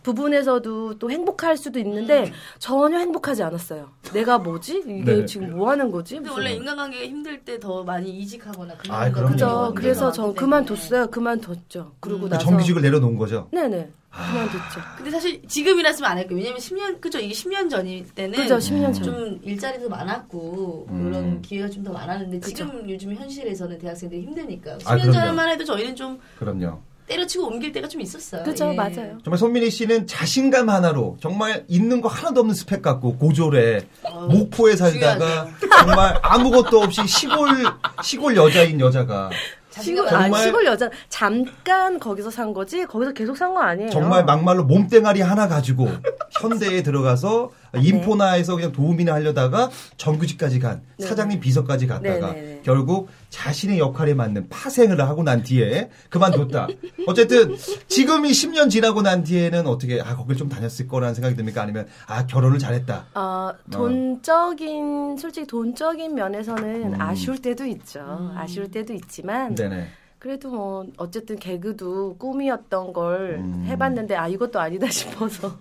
Speaker 7: 부분에서도 또 행복할 수도 있는데 전혀 행복하지 않았어요. 내가 뭐지? 이게
Speaker 4: 음. 네네.
Speaker 7: 지금 뭐 하는 거지?
Speaker 5: 근데
Speaker 7: 무슨
Speaker 5: 원래 인간관계가 힘들 때 더 많이 이직하거나 그런
Speaker 4: 아이,
Speaker 5: 것
Speaker 4: 그럼요.
Speaker 5: 같아요.
Speaker 7: 그렇죠. 그죠. 그래서
Speaker 5: 많기
Speaker 7: 전
Speaker 5: 때문에.
Speaker 7: 그만뒀어요. 그만뒀죠. 그러고
Speaker 4: 그
Speaker 7: 나서
Speaker 4: 정규직을 내려놓은 거죠.
Speaker 7: 네네 그만뒀죠.
Speaker 5: 근데 사실 지금이라면 안 할게요. 왜냐면 10년 그죠? 이게 10년 전일 때는
Speaker 7: 그죠. 10년 전.
Speaker 5: 좀 일자리도 많았고
Speaker 4: 음.
Speaker 5: 그런 기회가 좀 더 많았는데 지금 요즘 현실에서는 대학생들이 힘드니까 10년
Speaker 4: 아, 그럼요.
Speaker 5: 전만 해도 저희는 좀
Speaker 4: 그럼요.
Speaker 5: 때려치고 옮길 때가 좀 있었어요.
Speaker 7: 그죠.
Speaker 5: 예.
Speaker 7: 맞아요.
Speaker 4: 정말 손민희 씨는 자신감 하나로 정말 있는 거 하나도 없는 스펙 갖고 고졸에
Speaker 7: 어,
Speaker 4: 목포에 살다가 정말 아무것도 없이 시골 시골 여자인 여자가
Speaker 7: 시골
Speaker 5: 자신감
Speaker 7: 아
Speaker 4: 정말-
Speaker 7: 시골 여자 잠깐 거기서 산 거지 거기서 계속 산 거 아니에요.
Speaker 4: 정말 막말로 몸뚱아리 하나 가지고 현대에 들어가서
Speaker 7: 네.
Speaker 4: 인포나에서 그냥 도우미나 하려다가 정규직까지 간 사장님 비서까지 갔다가
Speaker 7: 네, 네, 네.
Speaker 4: 결국 자신의 역할에 맞는 파생을 하고 난 뒤에 그만뒀다. 어쨌든 지금이 10년 지나고 난 뒤에는 어떻게 아 거길 좀 다녔을 거라는 생각이 듭니까? 아니면 아 결혼을 잘했다.
Speaker 7: 어, 돈적인 솔직히 돈적인 면에서는
Speaker 4: 음.
Speaker 7: 아쉬울 때도 있죠. 아쉬울 때도 있지만
Speaker 4: 네네.
Speaker 7: 그래도 뭐 어쨌든 개그도 꿈이었던 걸
Speaker 4: 음.
Speaker 7: 해봤는데 아 이것도 아니다 싶어서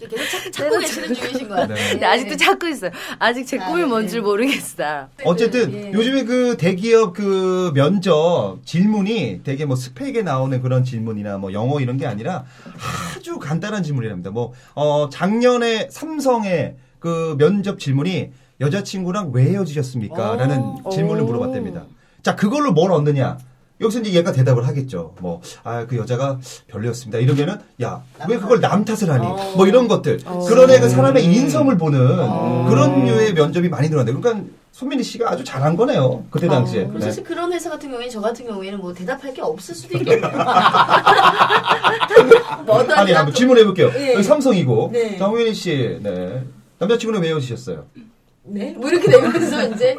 Speaker 5: 계속 찾- 찾고 계시는 중이신
Speaker 4: 네.
Speaker 5: 것 같아요. 예.
Speaker 7: 근데 아직도 찾고 있어요. 아직 제 꿈이 뭔지 모르겠어요.
Speaker 4: 어쨌든
Speaker 5: 예.
Speaker 4: 요즘에 그 대기업 그 면접 질문이 되게 뭐 스펙에 나오는 그런 질문이나 뭐 영어 이런 게 아니라 아주 간단한 질문이랍니다. 뭐, 어, 작년에 삼성의 그 면접 질문이 여자친구랑 왜 헤어지셨습니까? 라는 질문을 물어봤답니다. 자, 그걸로 뭘 얻느냐? 여기서 이제 얘가 대답을 하겠죠. 뭐, 아, 그 여자가 별로였습니다. 이러면은, 야, 왜 그걸 남 탓을 하니?
Speaker 5: 어.
Speaker 4: 뭐 이런 것들. 그런 애가 사람의 인성을 보는 그런 류의 면접이 많이 늘어난다. 그러니까 손민희 씨가 아주 잘한 거네요. 그때 당시에.
Speaker 5: 어. 그럼
Speaker 4: 네.
Speaker 5: 사실 그런 회사 같은 경우에는 저 같은 경우에는 뭐 대답할 게 없을 수도 있겠네요. 뭐든
Speaker 4: 아니, 한번 질문해볼게요.
Speaker 5: 예.
Speaker 4: 여기 삼성이고.
Speaker 5: 네.
Speaker 4: 장우현 씨, 네. 남자친구는 왜 헤어지셨어요?
Speaker 5: 네? 뭐 이렇게 되면서 이제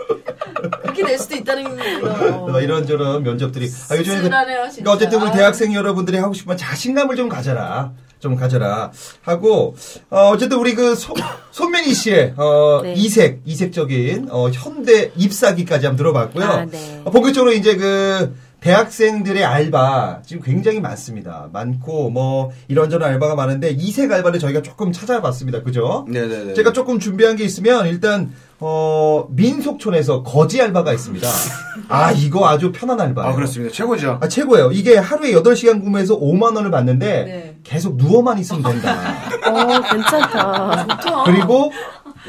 Speaker 5: 그렇게 될 수도 있다는 거.
Speaker 4: 어, 이런저런 면접들이. 아, 요즘에. 그-
Speaker 5: 씁쓸하네요, 진짜.
Speaker 4: 그러니까 어쨌든 우리
Speaker 5: 아.
Speaker 4: 대학생 여러분들이 하고 싶으면 자신감을 좀 가져라. 좀 가져라. 하고, 어, 쨌든 우리 그 소- 손민희 씨의, 어,
Speaker 7: 네.
Speaker 4: 이색, 이색적인, 어, 현대 입사기까지 한번 들어봤고요.
Speaker 7: 아, 네.
Speaker 4: 어, 본격적으로 이제 그 대학생들의 알바 지금 굉장히 많습니다. 많고 뭐 이런저런 알바가 많은데 이색 알바를 저희가 조금 찾아봤습니다. 그죠?
Speaker 11: 네네네.
Speaker 4: 제가 조금 준비한 게 있으면 일단 어, 민속촌에서 거지 알바가 있습니다. 아 이거 아주 편한 알바예요.
Speaker 6: 아, 그렇습니다. 최고죠.
Speaker 4: 아 최고예요. 이게 하루에 8시간 근무해서 5만 원을 받는데 계속 누워만 있으면 된다.
Speaker 7: 어, 괜찮다.
Speaker 4: 그리고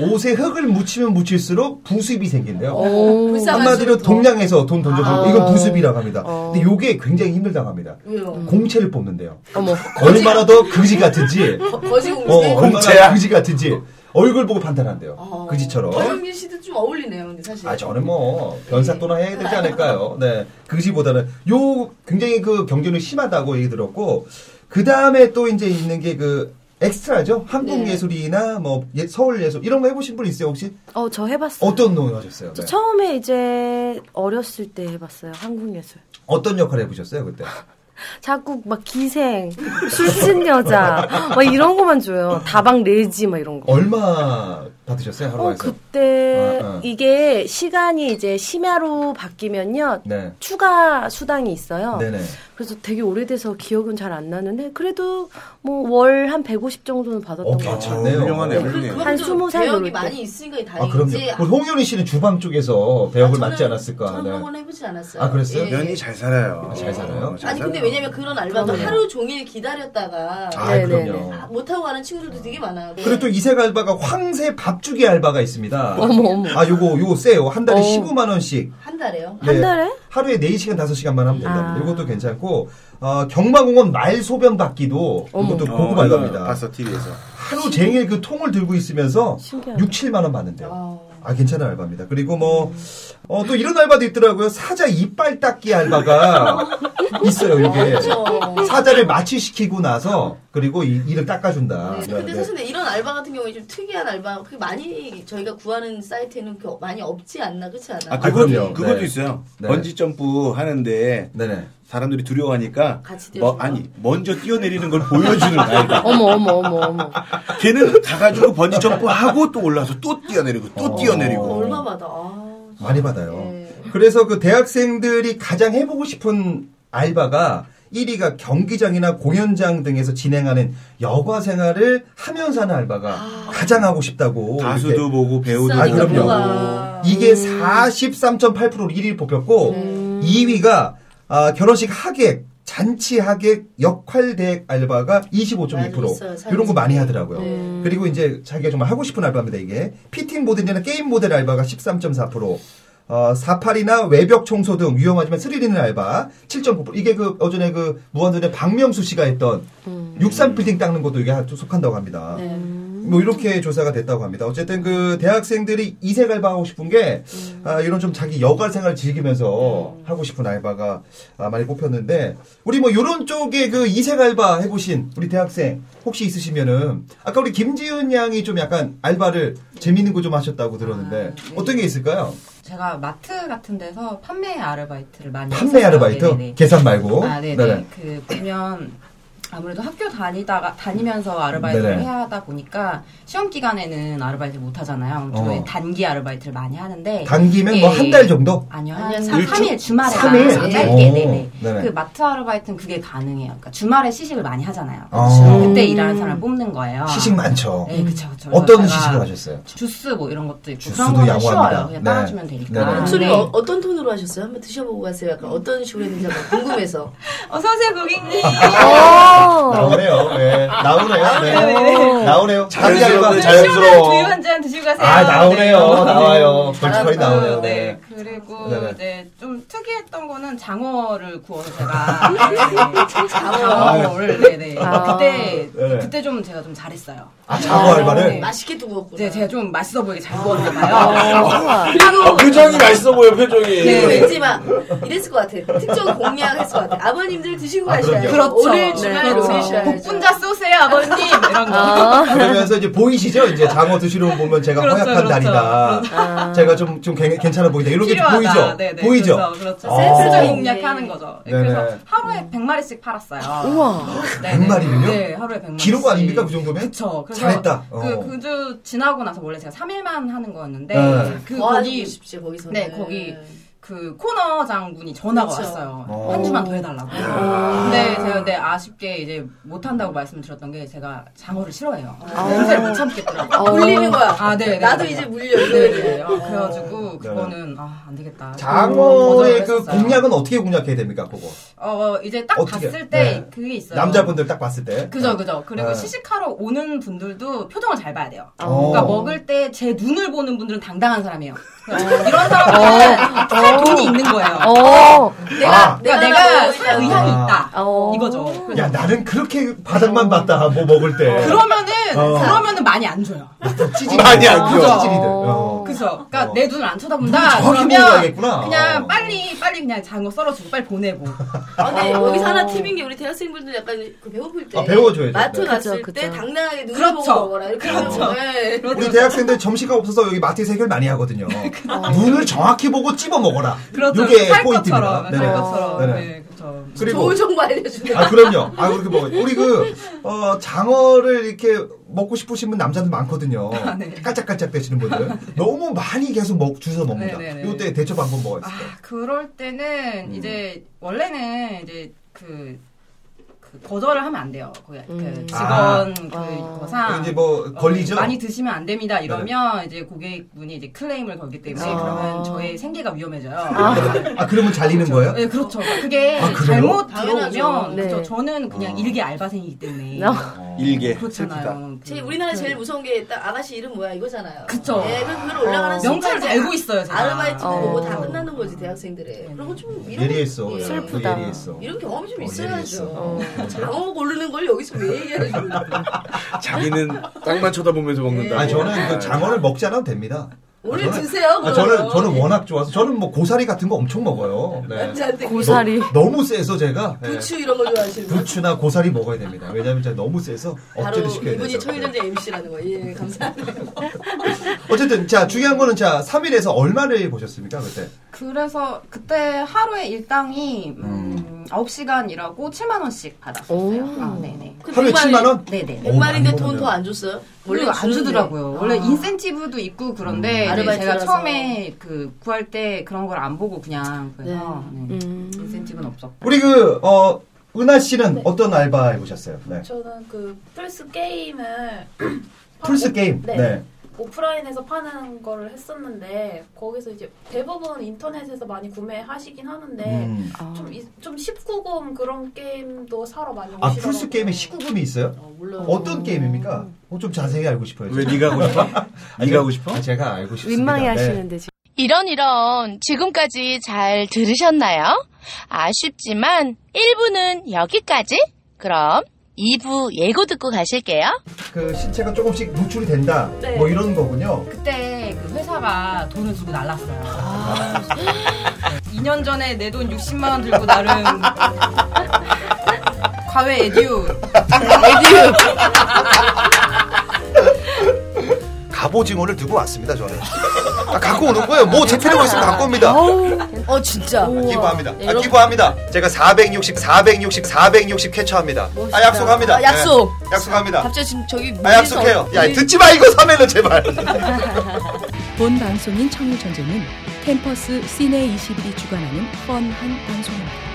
Speaker 4: 옷에 흙을 묻히면 묻힐수록 부습이 생긴대요.
Speaker 7: 오. 불쌍한
Speaker 4: 한마디로 동양에서 돈 던져주고
Speaker 7: 아.
Speaker 4: 이건 부습이라고 합니다. 근데 요게 굉장히 힘들다고 합니다.
Speaker 5: 왜요?
Speaker 4: 공채를 뽑는데요.
Speaker 7: 어머.
Speaker 4: 얼마나 더 거지 같은지.
Speaker 5: 거- 거지 공주.
Speaker 4: 어, 얼마나 거지 같은지 얼굴 보고 판단한대요. 거지처럼.
Speaker 5: 허용진 씨도 좀 어울리네요, 근데 사실.
Speaker 4: 어. 아 저는 뭐 변사또나 해야 되지 않을까요? 네, 그지보다는 요 굉장히 그 경쟁이 심하다고 얘기 들었고 그 다음에 또 이제 있는 게 그 엑스트라죠 한국 예술이나 뭐 예- 서울 예술 이런 거 해보신 분 있어요 혹시?
Speaker 7: 어, 저 해봤어요.
Speaker 4: 어떤 노래 하셨어요?
Speaker 7: 저
Speaker 4: 네.
Speaker 7: 처음에 이제 어렸을 때 해봤어요. 한국 예술.
Speaker 4: 어떤 역할 해보셨어요 그때?
Speaker 7: 자꾸 막 기생, 술친 여자, 막 이런 거만 줘요. 다방 레지 막 이런 거.
Speaker 4: 얼마 받으셨어요 하루에서?
Speaker 7: 그때
Speaker 4: 아, 아.
Speaker 7: 이게 시간이 이제 심야로 바뀌면요.
Speaker 4: 네.
Speaker 7: 추가 수당이 있어요.
Speaker 4: 네네.
Speaker 7: 그래서 되게 오래돼서 기억은 잘 안 나는데 그래도 뭐 월 한 150 정도는 받았던
Speaker 4: 어,
Speaker 7: 것 같아요.
Speaker 4: 괜찮네요.
Speaker 6: 훌륭하네,
Speaker 4: 네.
Speaker 11: 그-
Speaker 6: 훌륭해.
Speaker 7: 한 20살
Speaker 5: 배역이
Speaker 7: 요럴 때.
Speaker 5: 많이 있으니까 이
Speaker 4: 아
Speaker 5: 다행이지.
Speaker 4: 그럼요. 우리 홍윤희 씨는 주방 쪽에서 배역을 맡지 않았을까?
Speaker 5: 저는
Speaker 4: 네.
Speaker 5: 그런 건 해보지 않았어요.
Speaker 4: 아 그랬어요?
Speaker 5: 예.
Speaker 6: 잘 살아요.
Speaker 4: 아, 잘 살아요?
Speaker 6: 어, 잘
Speaker 5: 아니 근데
Speaker 6: 살아요.
Speaker 5: 왜냐면 그런 알바도
Speaker 4: 그럼요.
Speaker 5: 하루 종일 기다렸다가
Speaker 4: 아, 네, 그럼요. 네, 네.
Speaker 5: 아, 못하고 가는 친구들도 되게 많아요.
Speaker 4: 그리고 또 이색 알바가 황새 밥주기 알바가 있습니다.
Speaker 5: 어머, 어머.
Speaker 4: 아, 요거, 요거 세요. 한 달에
Speaker 5: 어.
Speaker 4: 15만원씩.
Speaker 5: 한 달에요.
Speaker 4: 예.
Speaker 5: 아.
Speaker 4: 하루에 4시간, 5시간만 하면 된다. 요것도 괜찮고, 어, 경마공원 말 소변 받기도, 요것도
Speaker 6: 어,
Speaker 4: 고급
Speaker 6: 이거
Speaker 4: 알바입니다.
Speaker 6: 봤어 TV에서.
Speaker 4: 하루 종일 그 통을 들고 있으면서 6, 7만원 받는데요. 아, 괜찮은 알바입니다. 그리고 뭐, 어, 또 이런 알바도 있더라고요. 사자 이빨 닦기 알바가 있어요, 이게.
Speaker 5: 그렇죠.
Speaker 4: 사자를 마취시키고 나서, 그리고 이, 이를 닦아준다. 네,
Speaker 5: 근데
Speaker 4: 네.
Speaker 5: 사실 근데 이런 알바 같은 경우에 좀 특이한 알바, 그 많이 저희가 구하는 사이트에는 그 많이 없지 않나, 그렇지 않나?
Speaker 11: 아, 그거,
Speaker 4: 그럼요.
Speaker 11: 그것도
Speaker 4: 네.
Speaker 11: 있어요.
Speaker 4: 네.
Speaker 11: 번지 점프 하는데 사람들이 두려워하니까
Speaker 5: 같이
Speaker 11: 뭐, 아니 먼저 뛰어내리는 걸 보여주는 아이가.
Speaker 7: 어머 어머 어머 어머.
Speaker 11: 걔는 가가지고 번지 점프 하고 또 올라서 또 뛰어내리고 또 뛰어내리고.
Speaker 5: 얼마 받아? 아,
Speaker 4: 많이 받아요. 그래서 그 대학생들이 가장 해보고 싶은 알바가 1위가 경기장이나 공연장 등에서 진행하는 여가 생활을 하면서 하는 알바가 가장 하고 싶다고.
Speaker 6: 어.
Speaker 11: 가수도 보고 배우도
Speaker 4: 아,
Speaker 11: 보고. 아.
Speaker 4: 그럼요. 이게 43.8%로 1위를 뽑혔고
Speaker 11: 음.
Speaker 4: 2위가 아, 결혼식 하객, 잔치 하객 역할 대행 알바가 25.2%
Speaker 11: 있어요, 사진
Speaker 4: 이런 거 많이 하더라고요.
Speaker 11: 네.
Speaker 4: 그리고 이제 자기가 정말 하고 싶은 알바입니다, 이게. 피팅 모델이나 게임 모델 알바가 13.4%. 어, 사파리나 외벽 청소 등 위험하지만 스릴 있는 알바 7.9% 이게 그 어전에 그 무한도전의 박명수 씨가 했던
Speaker 11: 음.
Speaker 4: 63 빌딩 닦는 것도 이게 속한다고 합니다.
Speaker 11: 네.
Speaker 4: 뭐 이렇게 조사가 됐다고 합니다. 어쨌든 그 대학생들이 이색 알바하고 싶은 게 아, 이런 좀 자기 여가 생활 즐기면서 하고 싶은 알바가 아, 많이 뽑혔는데 우리 뭐 이런 쪽에 그 이색 알바 해보신 우리 대학생 혹시 있으시면은 아까 우리 김지은 양이 좀 약간 알바를 재밌는 거 좀 하셨다고
Speaker 7: 아,
Speaker 4: 들었는데
Speaker 7: 네.
Speaker 4: 어떤 게 있을까요?
Speaker 8: 제가 마트 같은 데서 판매 아르바이트를 많이
Speaker 4: 판매
Speaker 7: 네,
Speaker 8: 했었어요.
Speaker 4: 아르바이트
Speaker 8: 네네네.
Speaker 4: 계산 말고
Speaker 8: 아, 네네.
Speaker 4: 네네.
Speaker 8: 그 보면
Speaker 7: 아무래도 학교 다니다가 다니면서 아르바이트를
Speaker 12: 네네.
Speaker 7: 해야 하다 보니까 시험 기간에는 아르바이트 못 하잖아요.
Speaker 4: 어.
Speaker 7: 저희 단기 아르바이트를 많이 하는데
Speaker 4: 단기면 뭐
Speaker 7: 예.
Speaker 4: 한 달 정도?
Speaker 7: 아니요
Speaker 4: 아니요,
Speaker 7: 한
Speaker 4: 일주?
Speaker 7: 3일 주말에
Speaker 4: 삼일?
Speaker 7: 가서 짧게
Speaker 4: 오,
Speaker 7: 네네.
Speaker 4: 네네.
Speaker 7: 그 마트 아르바이트는 그게 가능해요. 그러니까 주말에 시식을 많이 하잖아요.
Speaker 4: 어.
Speaker 7: 그때 일하는 사람을 뽑는 아, 거예요.
Speaker 4: 시식 많죠.
Speaker 7: 네, 그쵸, 그쵸.
Speaker 4: 어떤
Speaker 7: 제가
Speaker 4: 시식을 하셨어요?
Speaker 7: 주스 뭐 이런 것도 있고
Speaker 4: 주스도
Speaker 7: 그런 거는
Speaker 4: 양호합니다.
Speaker 7: 쉬워요. 그냥
Speaker 4: 네.
Speaker 7: 따라주면 되니까.
Speaker 4: 네네.
Speaker 5: 목소리
Speaker 7: 근데
Speaker 5: 어, 어떤 톤으로 하셨어요? 한번 드셔보고 가세요. 약간 어떤 식으로 했는지 한번 궁금해서.
Speaker 7: 어서오세요, 고객님.
Speaker 4: 어. 나오네요. 네.
Speaker 7: 아,
Speaker 4: 나오네요. 네. 나오네요.
Speaker 6: 자연스러워,
Speaker 7: 우유 한 잔 드시고 가세요.
Speaker 4: 아, 나오네요.
Speaker 7: 네.
Speaker 4: 나와요. 벌칙거리 나오네요. 네.
Speaker 7: 그리고
Speaker 4: 네네.
Speaker 7: 이제 좀 특이했던 거는 장어를 구워서 제가
Speaker 4: 장어를,
Speaker 7: 장어를 네네
Speaker 4: 아.
Speaker 7: 그때
Speaker 4: 네네.
Speaker 7: 그때 좀 제가 좀 잘했어요.
Speaker 4: 아, 장어 알바를?
Speaker 5: 맛있게 구웠구나.
Speaker 7: 네, 제가 좀 맛있어 보이게
Speaker 5: 아.
Speaker 7: 잘 구웠나 봐요.
Speaker 6: 아, 표정이 맛있어 보여 표정이.
Speaker 5: 네, 왠지 막 이랬을 것 같아. 특정 공략했을 것 같아. 아버님들 드시고
Speaker 6: 아,
Speaker 5: 가셔야 돼요.
Speaker 7: 그렇죠.
Speaker 5: 오늘 주말에
Speaker 7: 네, 그렇죠.
Speaker 5: 오셔야죠.
Speaker 7: 복분자 쏘세요 아버님 이런 거. 어,
Speaker 4: 그러면서 이제 보이시죠? 이제 장어 드시러 보면 제가
Speaker 7: 그렇죠,
Speaker 4: 허약한
Speaker 7: 그렇죠.
Speaker 4: 다리다.
Speaker 7: 그렇죠.
Speaker 4: 제가 좀, 좀 괜- 괜찮아 보인다. 이렇게 좀
Speaker 7: 필요하다.
Speaker 4: 보이죠?
Speaker 7: 네네,
Speaker 4: 보이죠?
Speaker 7: 그렇죠. 그렇죠.
Speaker 4: 아.
Speaker 7: 센스를 공략하는 거죠.
Speaker 4: 네네.
Speaker 7: 그래서 하루에 100마리씩 팔았어요.
Speaker 4: 우와.
Speaker 7: 네네.
Speaker 4: 100마리를요?
Speaker 7: 네, 하루에 100마리.
Speaker 4: 기록 아닙니까? 그 정도면?
Speaker 7: 그쵸. 그래서
Speaker 4: 잘했다. 어.
Speaker 7: 그, 그주 지나고 나서 원래 제가 3일만 하는 거였는데,
Speaker 4: 네.
Speaker 7: 그,
Speaker 5: 도와주고
Speaker 7: 거기,
Speaker 5: 싶지 거기서는.
Speaker 7: 네, 거기, 그 코너장 분이 전화가
Speaker 5: 그렇죠.
Speaker 7: 왔어요.
Speaker 5: 어.
Speaker 7: 한 주만 더 해달라고.
Speaker 5: 아.
Speaker 7: 근데 제가 근데 아쉽게 이제 못한다고 말씀드렸던 게 제가 장어를 싫어해요. 냄새를 못 참겠더라고요.
Speaker 5: 아, 물리는 거야.
Speaker 7: 아, 네.
Speaker 5: 나도 이제 물려, 이거에
Speaker 7: 네네.
Speaker 5: 대해.
Speaker 7: 아, 그래가지고 그거는 아, 안 되겠다.
Speaker 4: 장어의 그
Speaker 7: 거절했었어요.
Speaker 4: 공략은 어떻게 공략해야 됩니까? 그거.
Speaker 7: 어 이제 딱
Speaker 4: 어떻게?
Speaker 7: 봤을 때
Speaker 4: 네.
Speaker 7: 그게 있어요.
Speaker 4: 남자분들 딱 봤을 때.
Speaker 7: 그죠, 그죠. 그리고
Speaker 4: 네.
Speaker 7: 시식하러 오는 분들도 표정을 잘 봐야 돼요.
Speaker 4: 어.
Speaker 7: 그러니까 먹을 때 제 눈을 보는 분들은 당당한 사람이에요. 이런 사람들은 살 돈이 있는 거예요.
Speaker 5: 어.
Speaker 7: 내가,
Speaker 4: 아.
Speaker 7: 그러니까 내가 살 의향이
Speaker 4: 아.
Speaker 7: 있다.
Speaker 5: 어.
Speaker 7: 이거죠.
Speaker 4: 야, 나는 그렇게 바닥만 봤다. 뭐 먹을 때.
Speaker 7: 그러면은,
Speaker 4: 어.
Speaker 7: 그러면은 많이 안 줘요.
Speaker 4: 찌질이 많이 안
Speaker 7: 그죠?
Speaker 4: 줘. 찌질이들. 어.
Speaker 7: 그죠? 그러니까 내 눈을 안
Speaker 4: 눈을
Speaker 7: 쳐다본다.
Speaker 4: 정확히 보고
Speaker 7: 그러면
Speaker 4: 가야겠구나.
Speaker 7: 그냥
Speaker 4: 어.
Speaker 7: 빨리 빨리 그냥 장어 썰어주고 빨리 보내고.
Speaker 5: 아, 근데
Speaker 7: 어.
Speaker 5: 여기서 하나 팁인 게 우리 대학생분들 약간 그 배고플 때
Speaker 4: 아, 배워줘야죠.
Speaker 5: 마트
Speaker 4: 네.
Speaker 5: 갔을
Speaker 4: 그죠,
Speaker 5: 때
Speaker 4: 그죠.
Speaker 5: 당당하게 눈을
Speaker 7: 그렇죠.
Speaker 5: 보고 먹어라 이렇게 하면, 네.
Speaker 4: 우리 대학생들 점심시간 없어서 여기 마트에서 해결 많이 하거든요. 눈을 정확히 보고 찝어 먹어라.
Speaker 7: 그렇죠.
Speaker 4: 이게
Speaker 7: 살
Speaker 4: 포인트입니다.
Speaker 7: 것처럼, 살
Speaker 4: 네네.
Speaker 7: 것처럼.
Speaker 4: 네네.
Speaker 7: 네, 그렇죠.
Speaker 4: 그리고
Speaker 5: 좋은 정보 알려주네.
Speaker 4: 아 그럼요. 아 그렇게 먹어요. 우리 그 어, 장어를 이렇게 먹고 싶으신 분 남자들 많거든요.
Speaker 7: 아, 네.
Speaker 4: 깔짝깔짝 되시는 분들 너무 많이 계속 먹 주서 먹는다.
Speaker 7: 네, 네, 네.
Speaker 4: 이때 대처 방법 뭐가 있을까요?
Speaker 7: 그럴 때는 이제 원래는 이제 그, 그 거절을 하면 안 돼요. 그, 그 직원
Speaker 4: 아.
Speaker 7: 그
Speaker 4: 어.
Speaker 7: 거상
Speaker 4: 이제 뭐 걸리죠?
Speaker 7: 어, 많이 드시면 안 됩니다. 이러면 이제 고객분이 이제 클레임을 걸기 때문에
Speaker 4: 아.
Speaker 7: 그러면 저의 생계가 위험해져요.
Speaker 4: 아 그러면 잘리는 거예요?
Speaker 7: 네, 그렇죠. 그게
Speaker 4: 아, 그래요?
Speaker 7: 잘못
Speaker 5: 당연하죠.
Speaker 7: 들어오면
Speaker 5: 네.
Speaker 7: 그렇죠. 저는 그냥 일개 알바생이기 때문에
Speaker 6: 일개.
Speaker 7: 그렇잖아요.
Speaker 5: 제 우리나라 제일 무서운 게 딱 아가씨 이름 뭐야 이거잖아요.
Speaker 7: 그쵸.
Speaker 5: 예, 그럼 그걸 올라가는
Speaker 7: 어.
Speaker 5: 순간
Speaker 7: 명찰을
Speaker 5: 이제
Speaker 7: 달고 있어요, 제가.
Speaker 5: 아르바이트
Speaker 7: 어. 음.
Speaker 5: 보고 다 끝나는 거지 대학생들의. 그런 거좀 이런
Speaker 4: 예리했어.
Speaker 5: 예.
Speaker 4: 야, 또 예리했어.
Speaker 5: 이런 경험이 좀
Speaker 4: 어,
Speaker 5: 있어야죠.
Speaker 4: 예리했어.
Speaker 5: 장어 고르는 걸 여기서 왜 얘기하는 거야?
Speaker 6: 자기는 땅만 쳐다보면서 먹는다.
Speaker 4: 아 저는 그 장어를 먹지 않아도 됩니다.
Speaker 5: 오늘 드세요.
Speaker 4: 아,
Speaker 5: 그럼.
Speaker 4: 저는
Speaker 7: 네.
Speaker 4: 저는 워낙 좋아서 저는 뭐 고사리 같은 거 엄청 먹어요. 네.
Speaker 5: 남자한테
Speaker 4: 너, 무 세서 제가 네.
Speaker 5: 부추 이런 거 좋아하시는 분.
Speaker 4: 부추나 고사리 먹어야 됩니다. 왜냐하면 제가 너무 세서
Speaker 5: 바로
Speaker 4: 억제를 시켜야 돼요.
Speaker 5: 이분이 청일전쟁 MC라는 거. 예, 감사합니다.
Speaker 4: 네. 어쨌든 자 중요한 거는 자 3일에서 얼마를 보셨습니까 그때?
Speaker 7: 그래서 그때 하루에 일당이 음, 9시간 일하고 7만 원씩 받았었어요. 아, 네네.
Speaker 4: 하루에 7만 원?
Speaker 7: 네네.
Speaker 5: 100만인데 돈 더 안 줬어요?
Speaker 7: 원래 안
Speaker 5: 주는데.
Speaker 7: 주더라고요. 원래
Speaker 5: 아.
Speaker 7: 인센티브도 있고 그런데
Speaker 5: 음.
Speaker 7: 이제 제가
Speaker 5: 아르바이트라서.
Speaker 7: 처음에 그 구할 때 그런 걸 안 보고 그냥 그래서 네.
Speaker 5: 음.
Speaker 7: 인센티브는 없었고.
Speaker 4: 우리 그 어, 은하 씨는 어떤 알바 해보셨어요? 네.
Speaker 8: 네. 저는 그 플스 게임을
Speaker 4: 플스 게임.
Speaker 8: 네.
Speaker 4: 네.
Speaker 8: 오프라인에서 파는 거를 했었는데 거기서 이제 대부분 인터넷에서 많이 구매하시긴 하는데
Speaker 4: 음.
Speaker 8: 네. 아. 좀, 이- 좀 19금 그런 게임도 사러 많이
Speaker 4: 아
Speaker 8: 오시더라고요. 음.
Speaker 4: 플스 게임에 19금이 있어요? 어떤 게임입니까? 어, 좀 자세히 알고 싶어요. 아,
Speaker 6: 왜 네가 하고 싶어? 네가 하고 싶어?
Speaker 4: 제가 알고 싶습니다. 네.
Speaker 2: 지금. 이런 이런 지금까지 잘 들으셨나요? 아쉽지만 1부는 여기까지. 그럼 2부 예고 듣고 가실게요.
Speaker 4: 그 신체가 조금씩 노출이 된다. 뭐
Speaker 8: 네.
Speaker 4: 이런 거군요.
Speaker 7: 그때 그 회사가 돈을 주고 날랐어요. 2년 전에 내 돈 60만 원 들고 나름 과외 에듀 에듀
Speaker 4: 갑오징어를 들고 왔습니다 저는. 아, 갖고 오는 거예요. 뭐 제 필요가 있으면 갖고 옵니다.
Speaker 7: 어 진짜.
Speaker 4: 기부합니다. 아, 기부합니다. 제가 460, 460, 460 캐처합니다. 아, 약속합니다.
Speaker 1: 아, 약속.
Speaker 4: 네, 약속합니다.
Speaker 1: 갑자기 지금 저기
Speaker 4: 아, 약속해요. 야, 듣지 마, 이거 사면은 제발.
Speaker 1: 본 방송인 청류전쟁은 캠퍼스 시내 22 주관하는 뻔한 방송입니다.